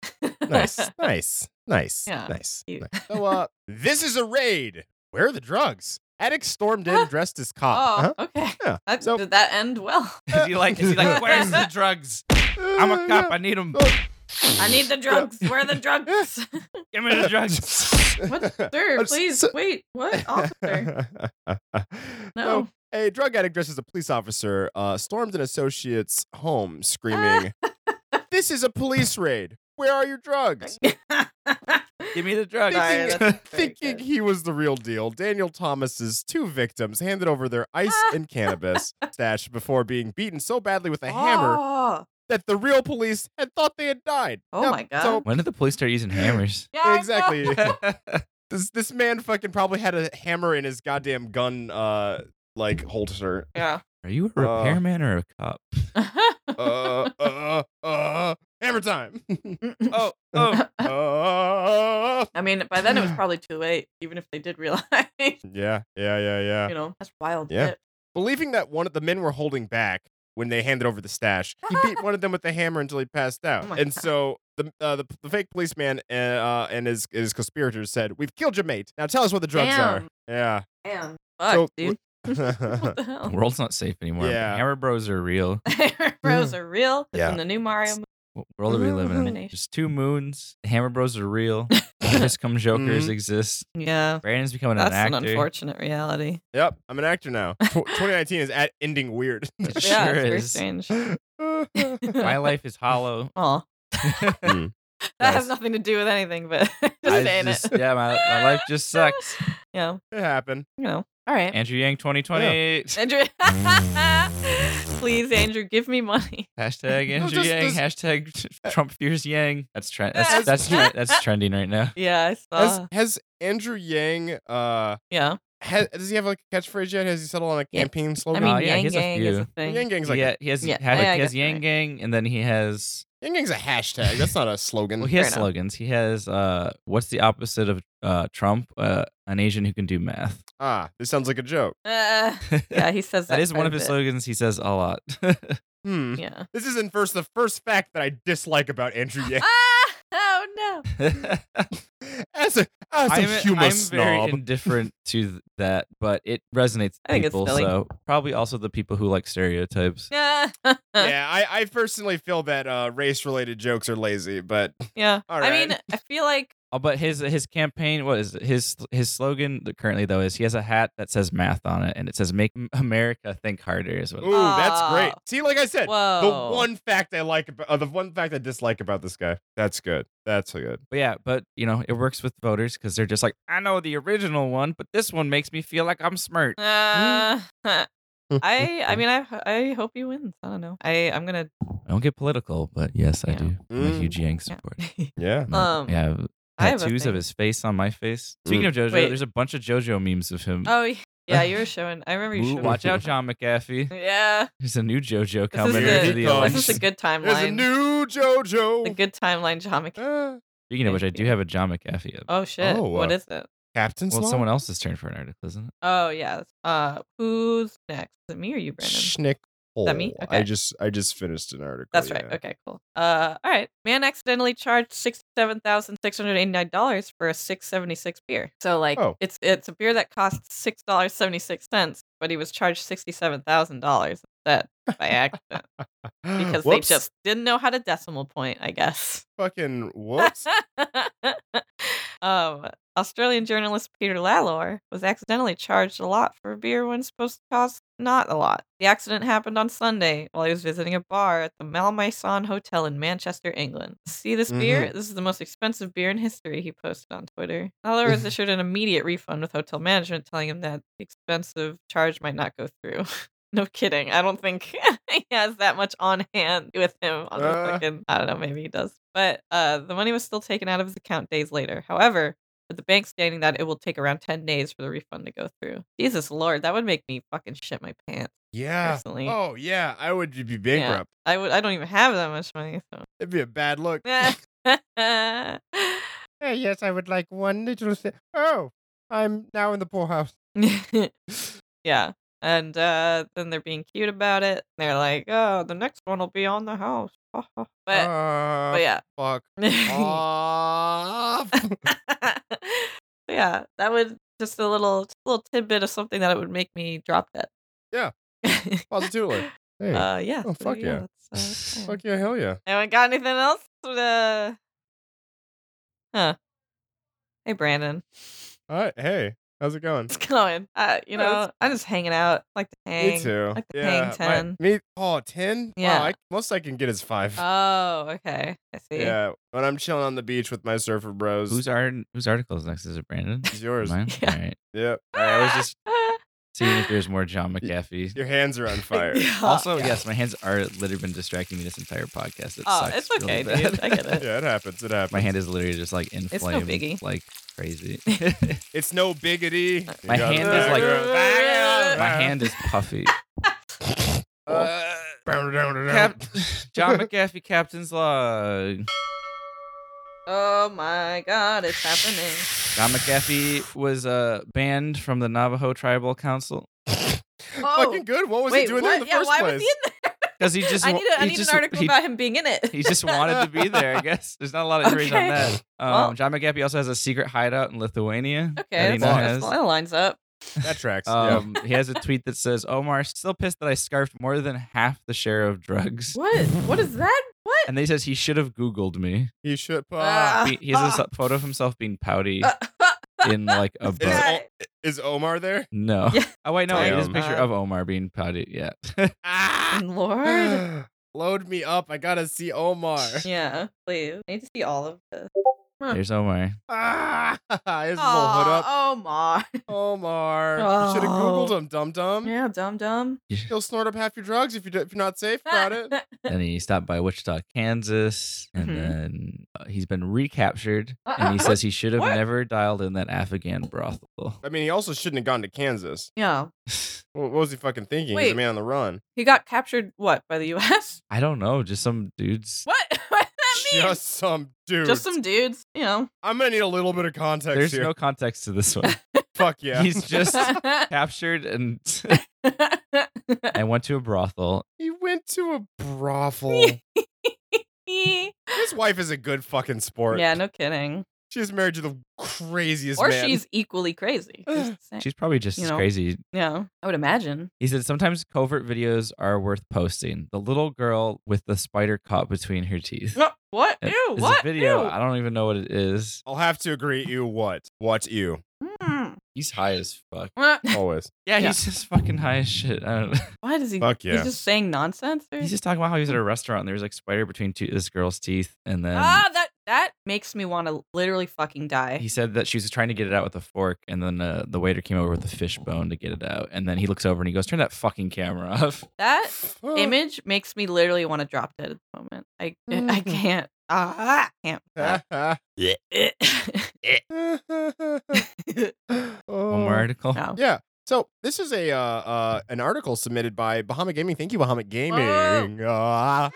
Nice, nice, nice, Yeah. nice. Cute. nice. So, uh, this is a raid. Where are the drugs? Addicts stormed in dressed as Ah, oh, cop. okay. Uh-huh. Yeah, That, so- Did that end well? Is he like, is he like, where's the drugs? Huh? I'm a cop. I need them. I need the drugs. Where are the drugs? Give me the drugs. Uh, what, sir? I'm Please so- wait. What officer? So, No. a drug addict dressed as a police officer uh, stormed an associate's home Ah. screaming, This is a police raid. Where are your drugs? Give me the drugs. Sorry, that's very Thinking good. he was the real deal, Daniel Thomas's two victims handed over their ice and cannabis stash before being beaten so badly with a hammer Oh, that the real police had thought they had died. Oh my God. So When did the police start using hammers? yeah, I know. exactly. this this man fucking probably had a hammer in his goddamn gun uh like holster. Yeah. Are you a Uh. repairman or a cop? Uh mm, uh uh hammer time. Oh, oh. Uh, I mean, by then it was probably too late, even if they did realize. you yeah, yeah, yeah, yeah. know, that's wild. Yeah. shit. Believing that one of the men were holding back, when they handed over the stash. He beat one of them with a hammer until he passed out. Oh my and God. so the, uh, the the fake policeman uh, uh, and his his conspirators said, "We've killed your mate. Now tell us what the drugs Damn. are." Yeah. Damn. Fuck, So- dude. what the The hell? world's not safe anymore. Yeah. Hammer bros are real. Bros are real. It's Yeah. in the new Mario What world are we living in? Elimination. There's two moons. The Hammer bros are real. Just come jokers Mhm. exist. movie. Yeah. Brandon's becoming Mm. That's an an, actor. unfortunate reality. Yep, I'm an actor now. Tw- 2019 is at ending weird. It yeah, sure it's very is. strange. My life is hollow. Aw. Hmm. That Nice. has nothing to do with anything, but just I saying just- it. Yeah, my, my life just sucks. Yeah, It happened. you know. All right. Andrew Yang 2020. Andrew, please, Andrew, give me money. Hashtag No, Andrew just- Yang. just- Hashtag Trump fears Yang. That's trend. That's Yes. that's, tre- that's trending right now. Yeah, I Has, saw. Uh. has Andrew Yang uh yeah, has, does he have like a catchphrase yet? Has he settled on a Yeah. campaign I slogan? mean, Oh, yeah, Yang he's a Gang is a few. thing. Yang Gang's like yeah, he has Yeah, had, yeah, I he has guess Yang right. Gang, and then he has Yang Gang's a hashtag. That's not a slogan. well, he Mm, Fair has enough. slogans. He has uh, what's the opposite of uh Trump? Uh, an Asian who can do math. ah, this sounds like a joke. Uh, yeah, he says that. that is one quite of his a slogans. He says a lot. Hmm. bit. Yeah. This isn't first the first fact that I dislike about Andrew Yang. Ah! Oh no! as a as a I'm, humor I'm very snob. indifferent to th- that, but it resonates I with think it's people. silly. So probably also the people who like stereotypes. Yeah, yeah, I, I personally feel that uh, race related jokes are lazy, but yeah. All I mean, right. I feel like Oh, but his his campaign what is it? his his slogan that currently though is he has a hat that says math on it and it says make M- America think harder is what. ooh, Ah. that's great. Oh. See, like I said, whoa. the one fact I like about uh, the one fact I dislike about this guy. That's good. That's good. But yeah, but you know it works with voters because they're just like I know the original one, but this one makes me feel like I'm smart. Uh, I I mean I I hope he wins. I don't know. I I'm gonna. I don't get political, but yes, I Yeah. do. I'm a Mm. huge Yang Yeah. supporter. Yeah. Um, yeah, I have I have a tattoos of thing. his face on my face. Speaking of JoJo, Wait. there's a bunch of JoJo memes of him. oh yeah, you were showing. I remember you Ooh, showing. watch me. out, John McAfee. Yeah, There's a new JoJo this is, coming Here after he the, the um, comes. election. this is a good There's a timeline. new the JoJo. good timeline John McCain. Ah. Speaking of which, I Thank do you. have a John McAfee. up. Oh shit! Oh, what uh, is it? Captain Well, Sloan? it's someone else's turn for an article, isn't it? Oh yeah. Uh, who's next? Is it me or you, Brandon? Schnick. that me? I Okay. just I just finished an article. That's right. Oh, yeah. Okay, cool. Uh, all right. Man accidentally charged sixty-seven thousand six hundred eighty-nine dollars for a six seventy-six beer. So like, Oh. it's it's a beer that costs six dollars seventy-six cents, but he was charged sixty-seven thousand dollars instead by accident because Whoops. they just didn't know how to decimal point, I guess. fucking whoops. um, Australian journalist Peter Lalor was accidentally charged a lot for a beer when it's supposed to cost not a lot. The accident happened on Sunday while he was visiting a bar at the Malmaison Hotel in Manchester, England. See this beer? This is the most expensive beer in history, he posted on Twitter. Lalor was issued an immediate refund with hotel management telling him that the expensive charge might not go through. No kidding. I don't think he has that much on hand with him on the Uh. fucking. I don't know. Maybe he does. But uh, the money was still taken out of his account days later. However, with the bank stating that it will take around ten days for the refund to go through. Jesus Lord, that would make me fucking shit my pants. yeah. Personally. Oh yeah, I would be bankrupt. I would. I don't even have that much money. It'd be a bad look. So. Hey, yes, I would like one little thing. Oh, I'm now in the poorhouse. yeah. And uh, then they're being cute about it. They're like, "Oh, the next one will be on the house." but Ah. but yeah. Fuck So off. yeah, that would just a little just a little tidbit of something that it would make me drop that. Yeah. Positively. Hey. uh, yeah. Oh, so fuck yeah. that's, uh, yeah. fuck yeah, hell yeah. Anyone got anything else? Uh, huh. Hey, Brandon. All right, hey, how's it going? It's going. Uh, you Yeah, know, I'm just hanging out. Like to hang. Me too. like the yeah, hang my- 10. me. Oh, 10? Yeah. Wow, I, most I can get is five. Oh, okay. I see. yeah. When I'm chilling on the beach with my surfer bros. Whose art? Whose article is next? Is it Brandon? it's yours? Mine. Yeah. All right. Yeah. All right. I was just seeing if there's more John McAfee. Your hands are on fire. Yeah. Also, yes, my hands are literally been distracting me this entire podcast. It Oh, sucks it's really okay, bad. dude. I get it. yeah, it happens. It happens. My hand is literally just like in no flame, biggie. like crazy. It's no biggity. My You got hand the is like- background. My hand is puffy. Uh, Cap- John McAfee, Captain's Log. Oh my god, it's happening. John McAfee was uh, banned from the Navajo Tribal Council. Oh, Fucking good. What was Wait, he doing what? there in the yeah, first why place? was he in there? Because he just I wa- need, a, I he need just- an article he- about him being in it. He just wanted to be there, I guess. There's not a lot of information Okay. on that. Um, Well- John McGappy also has a secret hideout in Lithuania. that okay, he that's now that's- has. that lines up. That tracks. Um, He has a tweet that says, Omar, still pissed that I scarfed more than half the share of drugs. What? What is that? What? And then he says he should have Googled me. yeah. He should. Ah. He, he has a s- photo of himself being pouty Uh, in like a is, boat. Uh, that- O- is Omar there? No. Yeah. Oh, wait, no, wait, it is a Damn. picture of Omar being pouty. Yeah. Ah! Lord. Load me up. I gotta see Omar. Yeah, please. I need to see all of this. There's Omar. Ah! His little hood up. oh my. Omar. You should have Oh. Googled him, dum dum. Yeah, dumb dumb. He'll snort up half your drugs if, you do, if you're not safe about it. Then he stopped by Wichita, Kansas, and Mhm. then uh, he's been recaptured. And he Uh-uh. says he should have What? never dialed in that Afghan brothel. I mean, he also shouldn't have gone to Kansas. yeah. Wh- What was he fucking thinking? He's Wait. a man on the run. He got captured what by the US? I don't know, just some dudes. What? what does that mean? Just some dude. Just some dudes, you know. I'm gonna need a little bit of context There's here. no context to this one. Fuck yeah. He's just captured and and went to a brothel. he went to a brothel. yeah, His wife is a good fucking sport. no kidding. She's married to the craziest Or man. she's equally crazy. Who's to say? She's probably just Eh, You as know. crazy. yeah, I would imagine. He said sometimes covert videos are worth posting. The little girl with the spider caught between her teeth. What? What? It- Ew, it's what? a video. Ew. I don't even know what it is. I'll have to agree. You what? What you? Mm. He's high as fuck. What? Always. Yeah, Yeah. he's just fucking high as shit. I don't know. Why does he? Fuck yeah. He's just saying nonsense. or- He's just talking about how he was at a restaurant and there was like spider between two, this girl's teeth, and then ah, that that makes me want to literally fucking die. he said that she was trying to get it out with a fork, and then uh, the waiter came over with a fish bone to get it out, and then he looks over and he goes, "Turn that fucking camera off." that image makes me literally want to drop dead at the moment. I I Mhm. can't. Ah, I can't. Eh, One more article. no. Oh, Yeah. So this is a uh, uh, an article submitted by Bahama Gaming. Thank you, Bahama Gaming. Uh,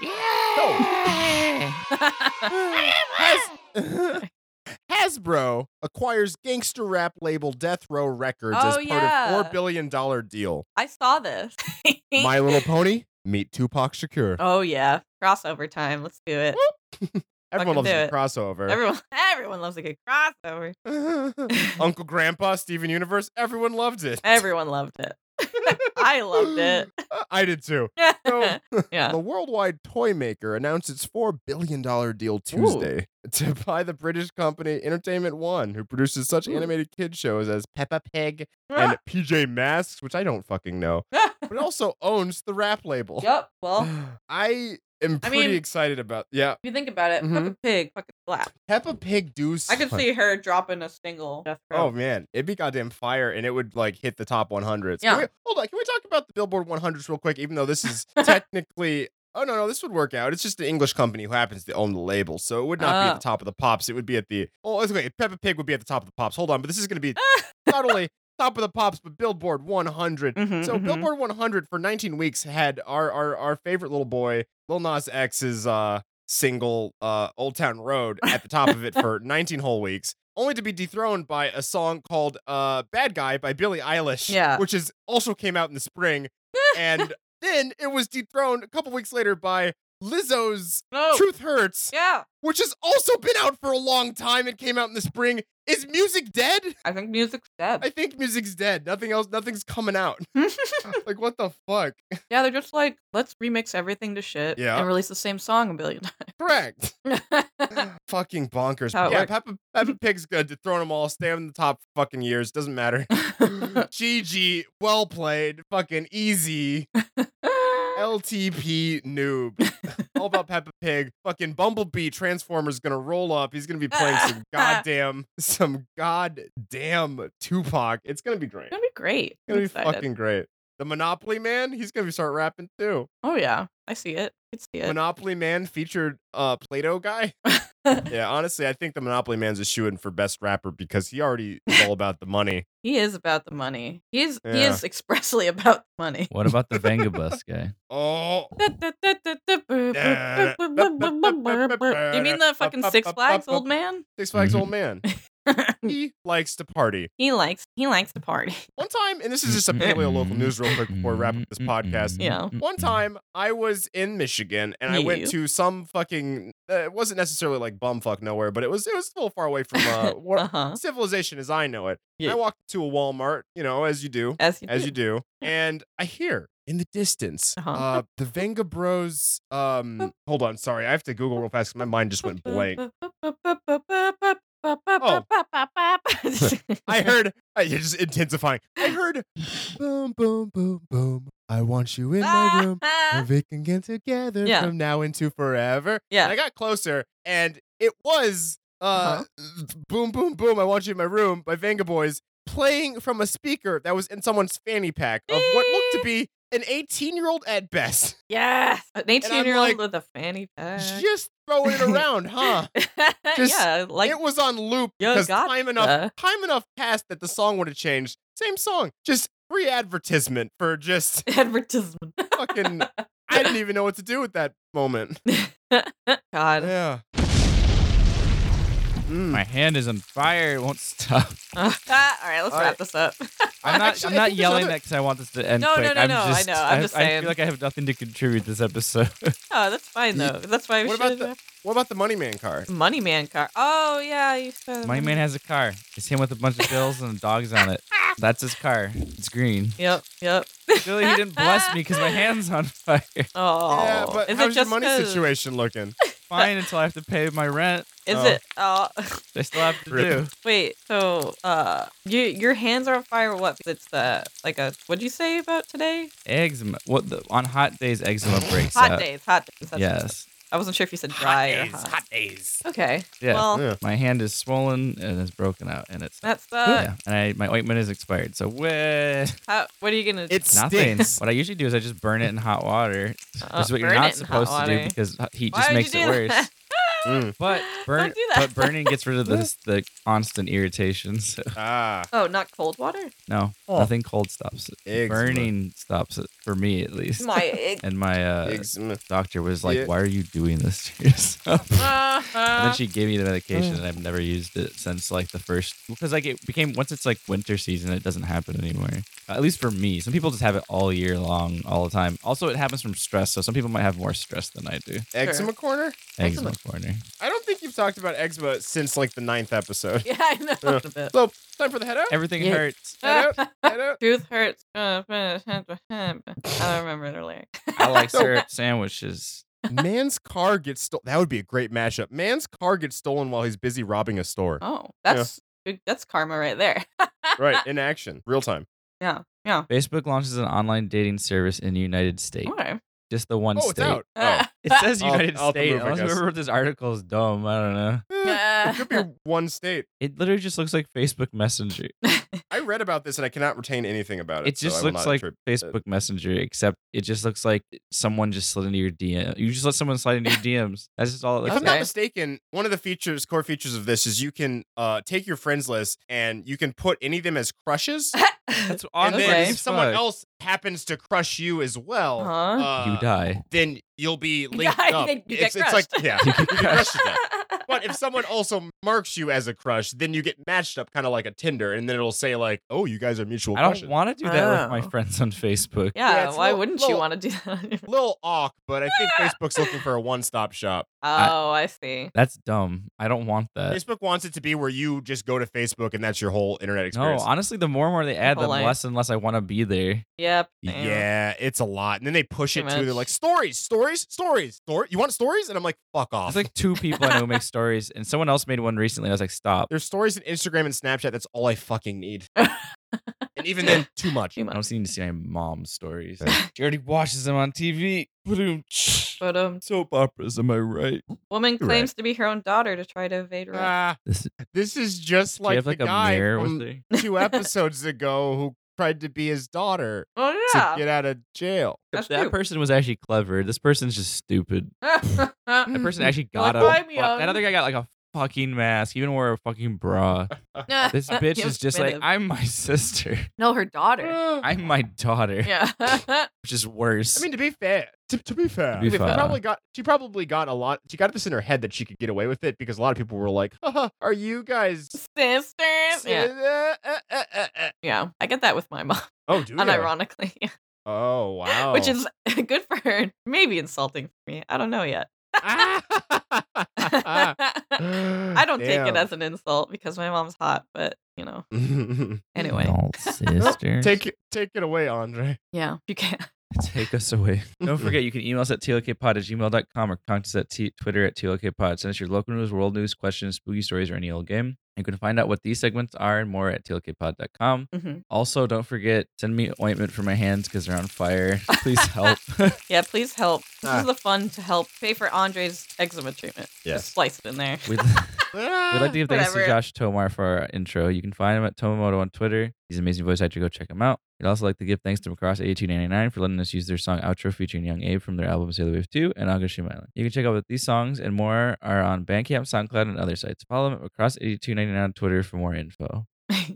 Has- Hasbro acquires gangster rap label Death Row Records as Oh, part yeah. of four billion dollar deal. I saw this. My Little Pony, meet Tupac Shakur. oh yeah, crossover time. Let's do it. Everyone loves fucking the do crossover. Everyone, everyone loves a good crossover. Um, Uncle Grandpa, Steven Universe, everyone loved it. Everyone loved it. I loved it. I did too. So, yeah. The worldwide toy maker announced its $4 billion deal Tuesday to buy the British company Entertainment One, who produces such Ooh. animated kid shows as Peppa Pig and PJ Masks, which I don't fucking know, but also owns the rap label. yep. Well, if I am I pretty mean- excited about Yeah. you think about it, Peppa Mhm. Pig fucking slap. Peppa Pig does. I could see her dropping a single. Death Row. Oh man, it'd be goddamn fire, and it would like hit the top 100s. Yeah. Can we, hold on, can we talk about the Billboard 100s real quick? Even though this is technically, oh no, no, this would work out. It's just an English company who happens to own the label, so it would not be at Oh. the top of the pops. It would be at the oh, it's okay. Peppa Pig would be at the top of the pops. Hold on, but this is going to be not only top of the pops, but Billboard 100. Mhm, so mhm. Billboard 100 for 19 weeks had our our our favorite little boy Lil Nas X's uh single uh Old Town Road at the top of it for 19 whole weeks. Only to be dethroned by a song called uh, "Bad Guy" by Billie Eilish, Yeah. which is also came out in the spring, and then it was dethroned a couple weeks later by Lizzo's No. "Truth Hurts," Oh, Yeah. which has also been out for a long time and came out in the spring. Is music dead? I think music's dead. I think music's dead. Nothing else. Nothing's coming out. like what the fuck? yeah, they're just like, let's remix everything to shit Yeah. and release the same song a billion Correct. times. fucking bonkers. How it yeah, works. Peppa, Peppa Pig's good. to throw them all. Stay on the top. For fucking years. Doesn't matter. GG. Well played. Fucking E easy. LTP noob. all about Peppa Pig. Fucking Bumblebee Transformers gonna roll up. He's gonna be playing some goddamn, some goddamn Tupac. It's gonna be great. Gonna be great. It's gonna I'm be excited. fucking great. The Monopoly Man, he's gonna be start rapping too. Oh yeah, I see it. I can see it. Monopoly Man featured uh Plato guy. yeah, honestly, I think the Monopoly Man's a shoe in for best rapper because he already is all about the money. he is about the money. He is. He Yeah. is expressly about the money. What about the Vangabus guy? Oh. you mean the fucking Six Flags old man? Six Flags old man. He likes to party. He likes he likes to party. One time, and this is just a paleo local news real quick before we wrap up this podcast. Yeah. One time, I was in Michigan and I You. went to some fucking. Uh, it wasn't necessarily like bumfuck nowhere, but it was it was a little far away from uh, Uh where, huh. civilization as I know it. Yeah. I walked to a Walmart, you know, as you do, As you as do. you do, and I hear in the distance Uh-huh. uh, the Venga Bros. Um, hold on, sorry, I have to Google real fast. 'cause My mind just went blank. Oh. I heard uh, you're just intensifying. I heard boom, boom, boom, boom. I want you in Ah, my room. And we can get together Yeah. from now into forever. Yeah. And I got closer, and it was uh, Uh-huh. Boom Boom Boom, I Want You in My Room by Vanga Boys playing from a speaker that was in someone's fanny pack of what looked to be an 18 year old at best. Yes, an I'm eighteen-year-old like, with a fanny pack. Just throwing it around, huh? just- yeah, like it was on loop You because got time the- enough time enough passed that the song would have changed. Same song, just free advertisement for just advertisement. fucking. I didn't even know what to do with that moment. God, Yeah. Mm. My hand is on fire. It won't stop. Ah, all right, let's All wrap right. this up. I'm Actually, I not. I'm not think there's yelling other- that because I want this to end. No, no, quick. no, I'm no, I Just, know. I'm just saying. feel like I have nothing to contribute this episode. Oh, that's fine though. That's why we What about should the What about the Money Man card? Money Man car. Oh yeah, you said My man has a car. It's him with a bunch of bills and dogs on it. That's his car. It's green. Yep, yep. Really, he didn't bless me because my hand's on fire. Oh, Yeah, but is it how's your just money 'cause- situation looking? Fine until I have to pay my rent. Is Oh. it? Oh, I still have to do. Rip. wait. So, uh, you, your hands are on fire. or What? It's uh, like a. What'd you say about today? Eczema. What the, on hot days eczema breaks Hot out. days. Hot days. That's Yes. I wasn't sure if you said dry or hot. days. Okay. Yeah. Well, Yeah. My hand is swollen and it's broken out and it's that's uh. yeah. And I, my ointment is expired. So wah, How, what are you gonna? It nothing. stinks. What I usually do is I just burn it in hot water, which Uh, is what you're burn not it in hot supposed to do water. because hot heat Why just would makes you it do worse. that? Mm. But burn, do that. but burning gets rid of this the constant irritation. So Ah, Oh, not cold water. no, Oh. nothing cold stops it. Eczema. Burning stops it for me at least. My. It, and my uh, eczema. doctor was like, Yeah. "Why are you doing this to yourself?" uh, And then she gave me the uh. medication, and I've never used it since like the first. Because like it became once it's like winter season, it doesn't happen anymore. Uh, at least for me, some people just have it all year long, all the time. Also, it happens from stress, so some people might have more stress than I do. Eczema corner? Eczema corner. I don't think you've talked about eczema since like the ninth episode. yeah, I know. Yeah. A bit. So time for the head out. Everything Yeah. hurts. Head out. Head out. Truth hurts. uh, I don't remember the lyric. I like syrup sandwiches. Man's car gets stolen. That would be a great mashup. Man's car gets stolen while he's busy robbing a store. Oh, that's that's karma right there. Right, in action, real time. Yeah, yeah. Facebook launches an online dating service in the United States. Okay. Just the one Oh, it's state. out. Oh. Uh, It says I'll- United I'll States. remove, I Unless guess. whoever wrote this article is dumb. I don't know. Eh, It could be one state. It literally just looks like Facebook Messenger. I read about this and I cannot retain anything about it. It so I just will looks not uh, like attrib- Facebook Messenger, except it just looks like someone just slid into your DM. You just let someone slide into your DMs. That's just all it If looks I'm like. not Okay. mistaken, one of the features, core features of this is you can uh, take your friends list and you can put any of them as crushes, That's and awkward then Okay. as if someone fuck. else happens to crush you as well, Huh? uh, you die. then you'll be linked die, up. then Uh-huh. you get it's, it's like yeah, you get crushed to death. But if someone also marks you as a crush, then you get matched up kind of like a Tinder, and then it'll say like, "Oh, you guys are mutual I don't crushes." want to do that with my Oh. friends on Facebook. yeah, it's a why little- wouldn't you little- want to do that? Little awk, but I think Facebook's looking for a one-stop shop. oh, I see. That's dumb. I don't want that. Facebook wants it to be where you just go to Facebook and that's your whole internet No, experience. honestly, the more and more they add, the Whole life. less and less I want to be there. Yep. damn. Yeah, it's a lot. And then they push Too it too. They're much. like, stories, stories, stories, story. You want stories? And I'm like, fuck off. It's like two people I know make stories, and someone else made one recently. and I was like, stop. There's stories in Instagram and Snapchat. That's all I fucking need. and even then, too much. Too I much. don't seem to see my mom's stories. she already watches them on TV. But um, Soap operas, am I right? woman You're right. claims to be her own daughter to try to evade arrest. Ah, This, this is just do you like have like the a guy mirror from with her? two episodes ago who tried to be his daughter oh to yeah. get out of jail. That's that true. person was actually clever. This person's just stupid. That person actually got Mm-hmm. like, "I'm a fuck- that young." other guy got like a fucking mask, even wore a fucking bra. This bitch is just like, I'm my sister. no, her daughter. I I'm my daughter, Yeah. which is worse. Mm. mean, to be fair, to, to be fair, To be she fair. probably got she probably got a lot. She got this in her head that she could get away with it because a lot of people were like, Haha, "Are you guys?" Sisters. Yeah. Uh, uh, uh, uh. Yeah. I get that with my mom, Oh, do ya? unironically. Yeah. Oh, wow. Which is good for her, and maybe insulting for me. I don't know yet. Ah. I I don't take it as an insult because my mom's hot, but you know. as. Anyway, Adult sister. take it, take it away, Andre. yeah, you can. Take us away. Don't forget, you can email us at tlkpod at gmail.com or contact us at t- Twitter at tlkpod. Send us your local news, world news, questions, spooky stories, or any old game. You can find out what these segments are and more at tlkpod.com. Mm-hmm. Mhm. Also, don't forget, send me ointment for my hands because they're on fire. Please help. Yeah, please help. This Ah. is the fun to help pay for Andre's eczema treatment. Yes. Just slice it in there. We'd, we'd Ah. like to give thanks to Whatever. Josh Tomar for our intro. You can find him at Tomomoto on Twitter. He's an amazing voice actor. Go check him out. We'd also like to give thanks to Macross8299 for letting us use their song outro featuring Young Abe from their album Sailor Wave 2 and Agashima Island. You can check out what these songs and more are on Bandcamp, SoundCloud, and other sites. Follow him at Macross8299 on Twitter for more info.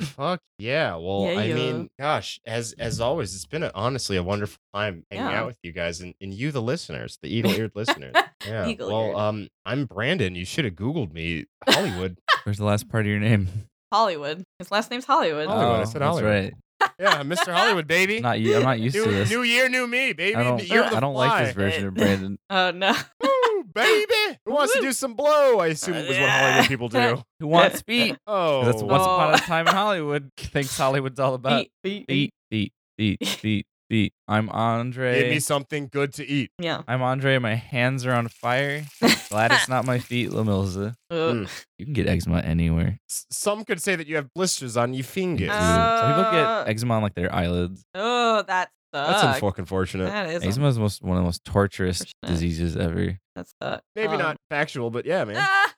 Fuck yeah! Well, Yeah, I yo. mean, gosh, as as always, it's been a, honestly a wonderful time hanging Yeah. out with you guys and, and you, the listeners, the eagle-eared listeners. Yeah. Eagle-eared. Well, um, I'm Brandon. You should have googled me, Hollywood. Where's the last part of your name? Hollywood. His last name's Hollywood. Oh. Hollywood, I said Hollywood. That's yeah, I'm Mr. Hollywood, baby. right. Not you. I'm not used new, to this. new year, new me, baby. I don't, You're the I don't like this fly. version of Brandon. Oh no. Woo, baby. Who wants to do some blow? Uh, I assume is what Hollywood people do. Who wants feet? Oh, That's once upon Oh. a time in Hollywood. Thinks Hollywood's all about Beat, beat, feet, feet, feet, feet, feet. I'm give me Andre. something good to eat. Yeah. I'm Andre. My hands are on fire. Glad it's not my feet, Lamilza. Ugh. Mm. You can get eczema anywhere. S- some could say that you have blisters on your fingers. dude. Some people Uh, get eczema on like their eyelids. oh, that sucks. That's unfortunate. unfortunate. That is. Eczema is most one of the most torturous Unfortunate. diseases ever. That sucks. Maybe Um, not Eh? factual, but yeah, man. ah,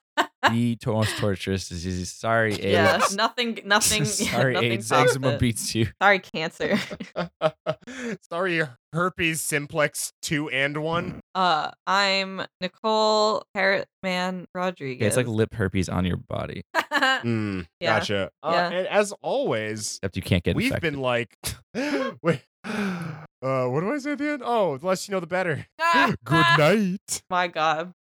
the to- most torturous disease. Sorry, AIDS. yeah. Nothing. Nothing. yeah, Sorry, nothing AIDS. tops Eczema it. beats you. Sorry, cancer. Sorry, herpes simplex two and one. Uh, I'm Nicole Parrotman Okay, Rodriguez. it's like lip herpes on your body, Mm, Yeah. Gotcha. Uh, Yeah. And as always, except you can't get we've infected. been like, wait, uh, what do I say at the end? Oh, the less you know, the better. Good night. Ah, My God.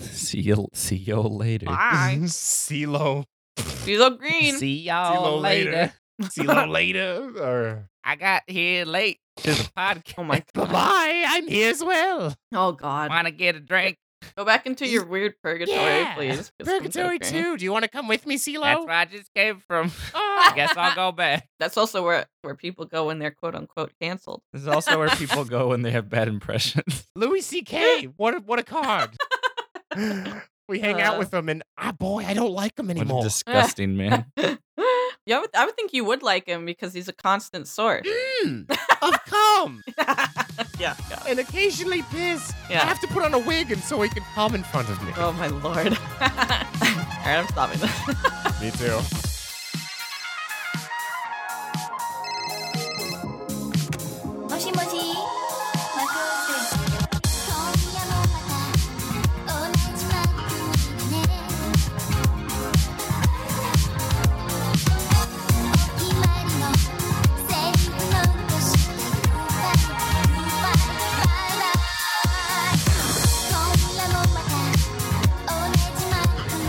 see you. See you later. Bye. CeeLo. She's all green. See CeeLo y'all later. CeeLo later. Or I got here late to the podcast. Oh my Bye God. bye. I'm here as well. Oh God. to get a drink? Go back into your weird purgatory, Yeah. please. 'cause I'm Purgatory joking. 2. Do you want to come with me, CeeLo? where I just came from. Oh, go back. That's also where where people go when they're quote unquote canceled. This is also where people go when they have bad impressions. Louis C.K. What a, what a card. we hang out Uh. with them, and ah, boy, I don't like him What a anymore. disgusting man. yeah, I would, I would think you would like him because he's a constant source. Mm, of cum. yeah, yeah, And occasionally piss. I yeah. have to put on a wig and so he can cum in front of me. Oh my lord. All right, I'm stopping this. me too. 「もしもしマクロス」「今夜もまた同じマックにね」「決まりのセリフのとしてグーバイグーバイバイ」「今夜もまた同じマックにね」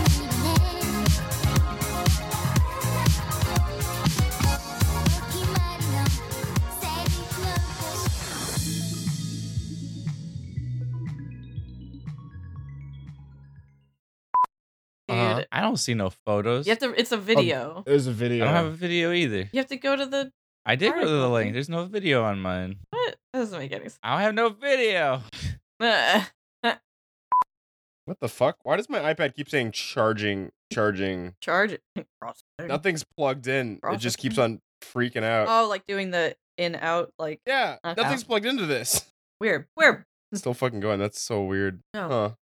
「決まりのセリフのとして」 Dude, Uh, I don't see no photos. you have to. It's a video. There's a video. I don't have a video either. you have to go to the. I did go to the Article. link. There's no video on mine. What? That doesn't make any sense. I don't have no video. Uh, What the fuck? Why does my iPad keep saying charging, charging? charge it. Cross there. Nothing's plugged in. It just keeps on freaking out. Oh, like doing the in out like yeah, Okay. nothing's plugged into this. weird. Weird. Oh. Still fucking going. That's so weird. No. Huh.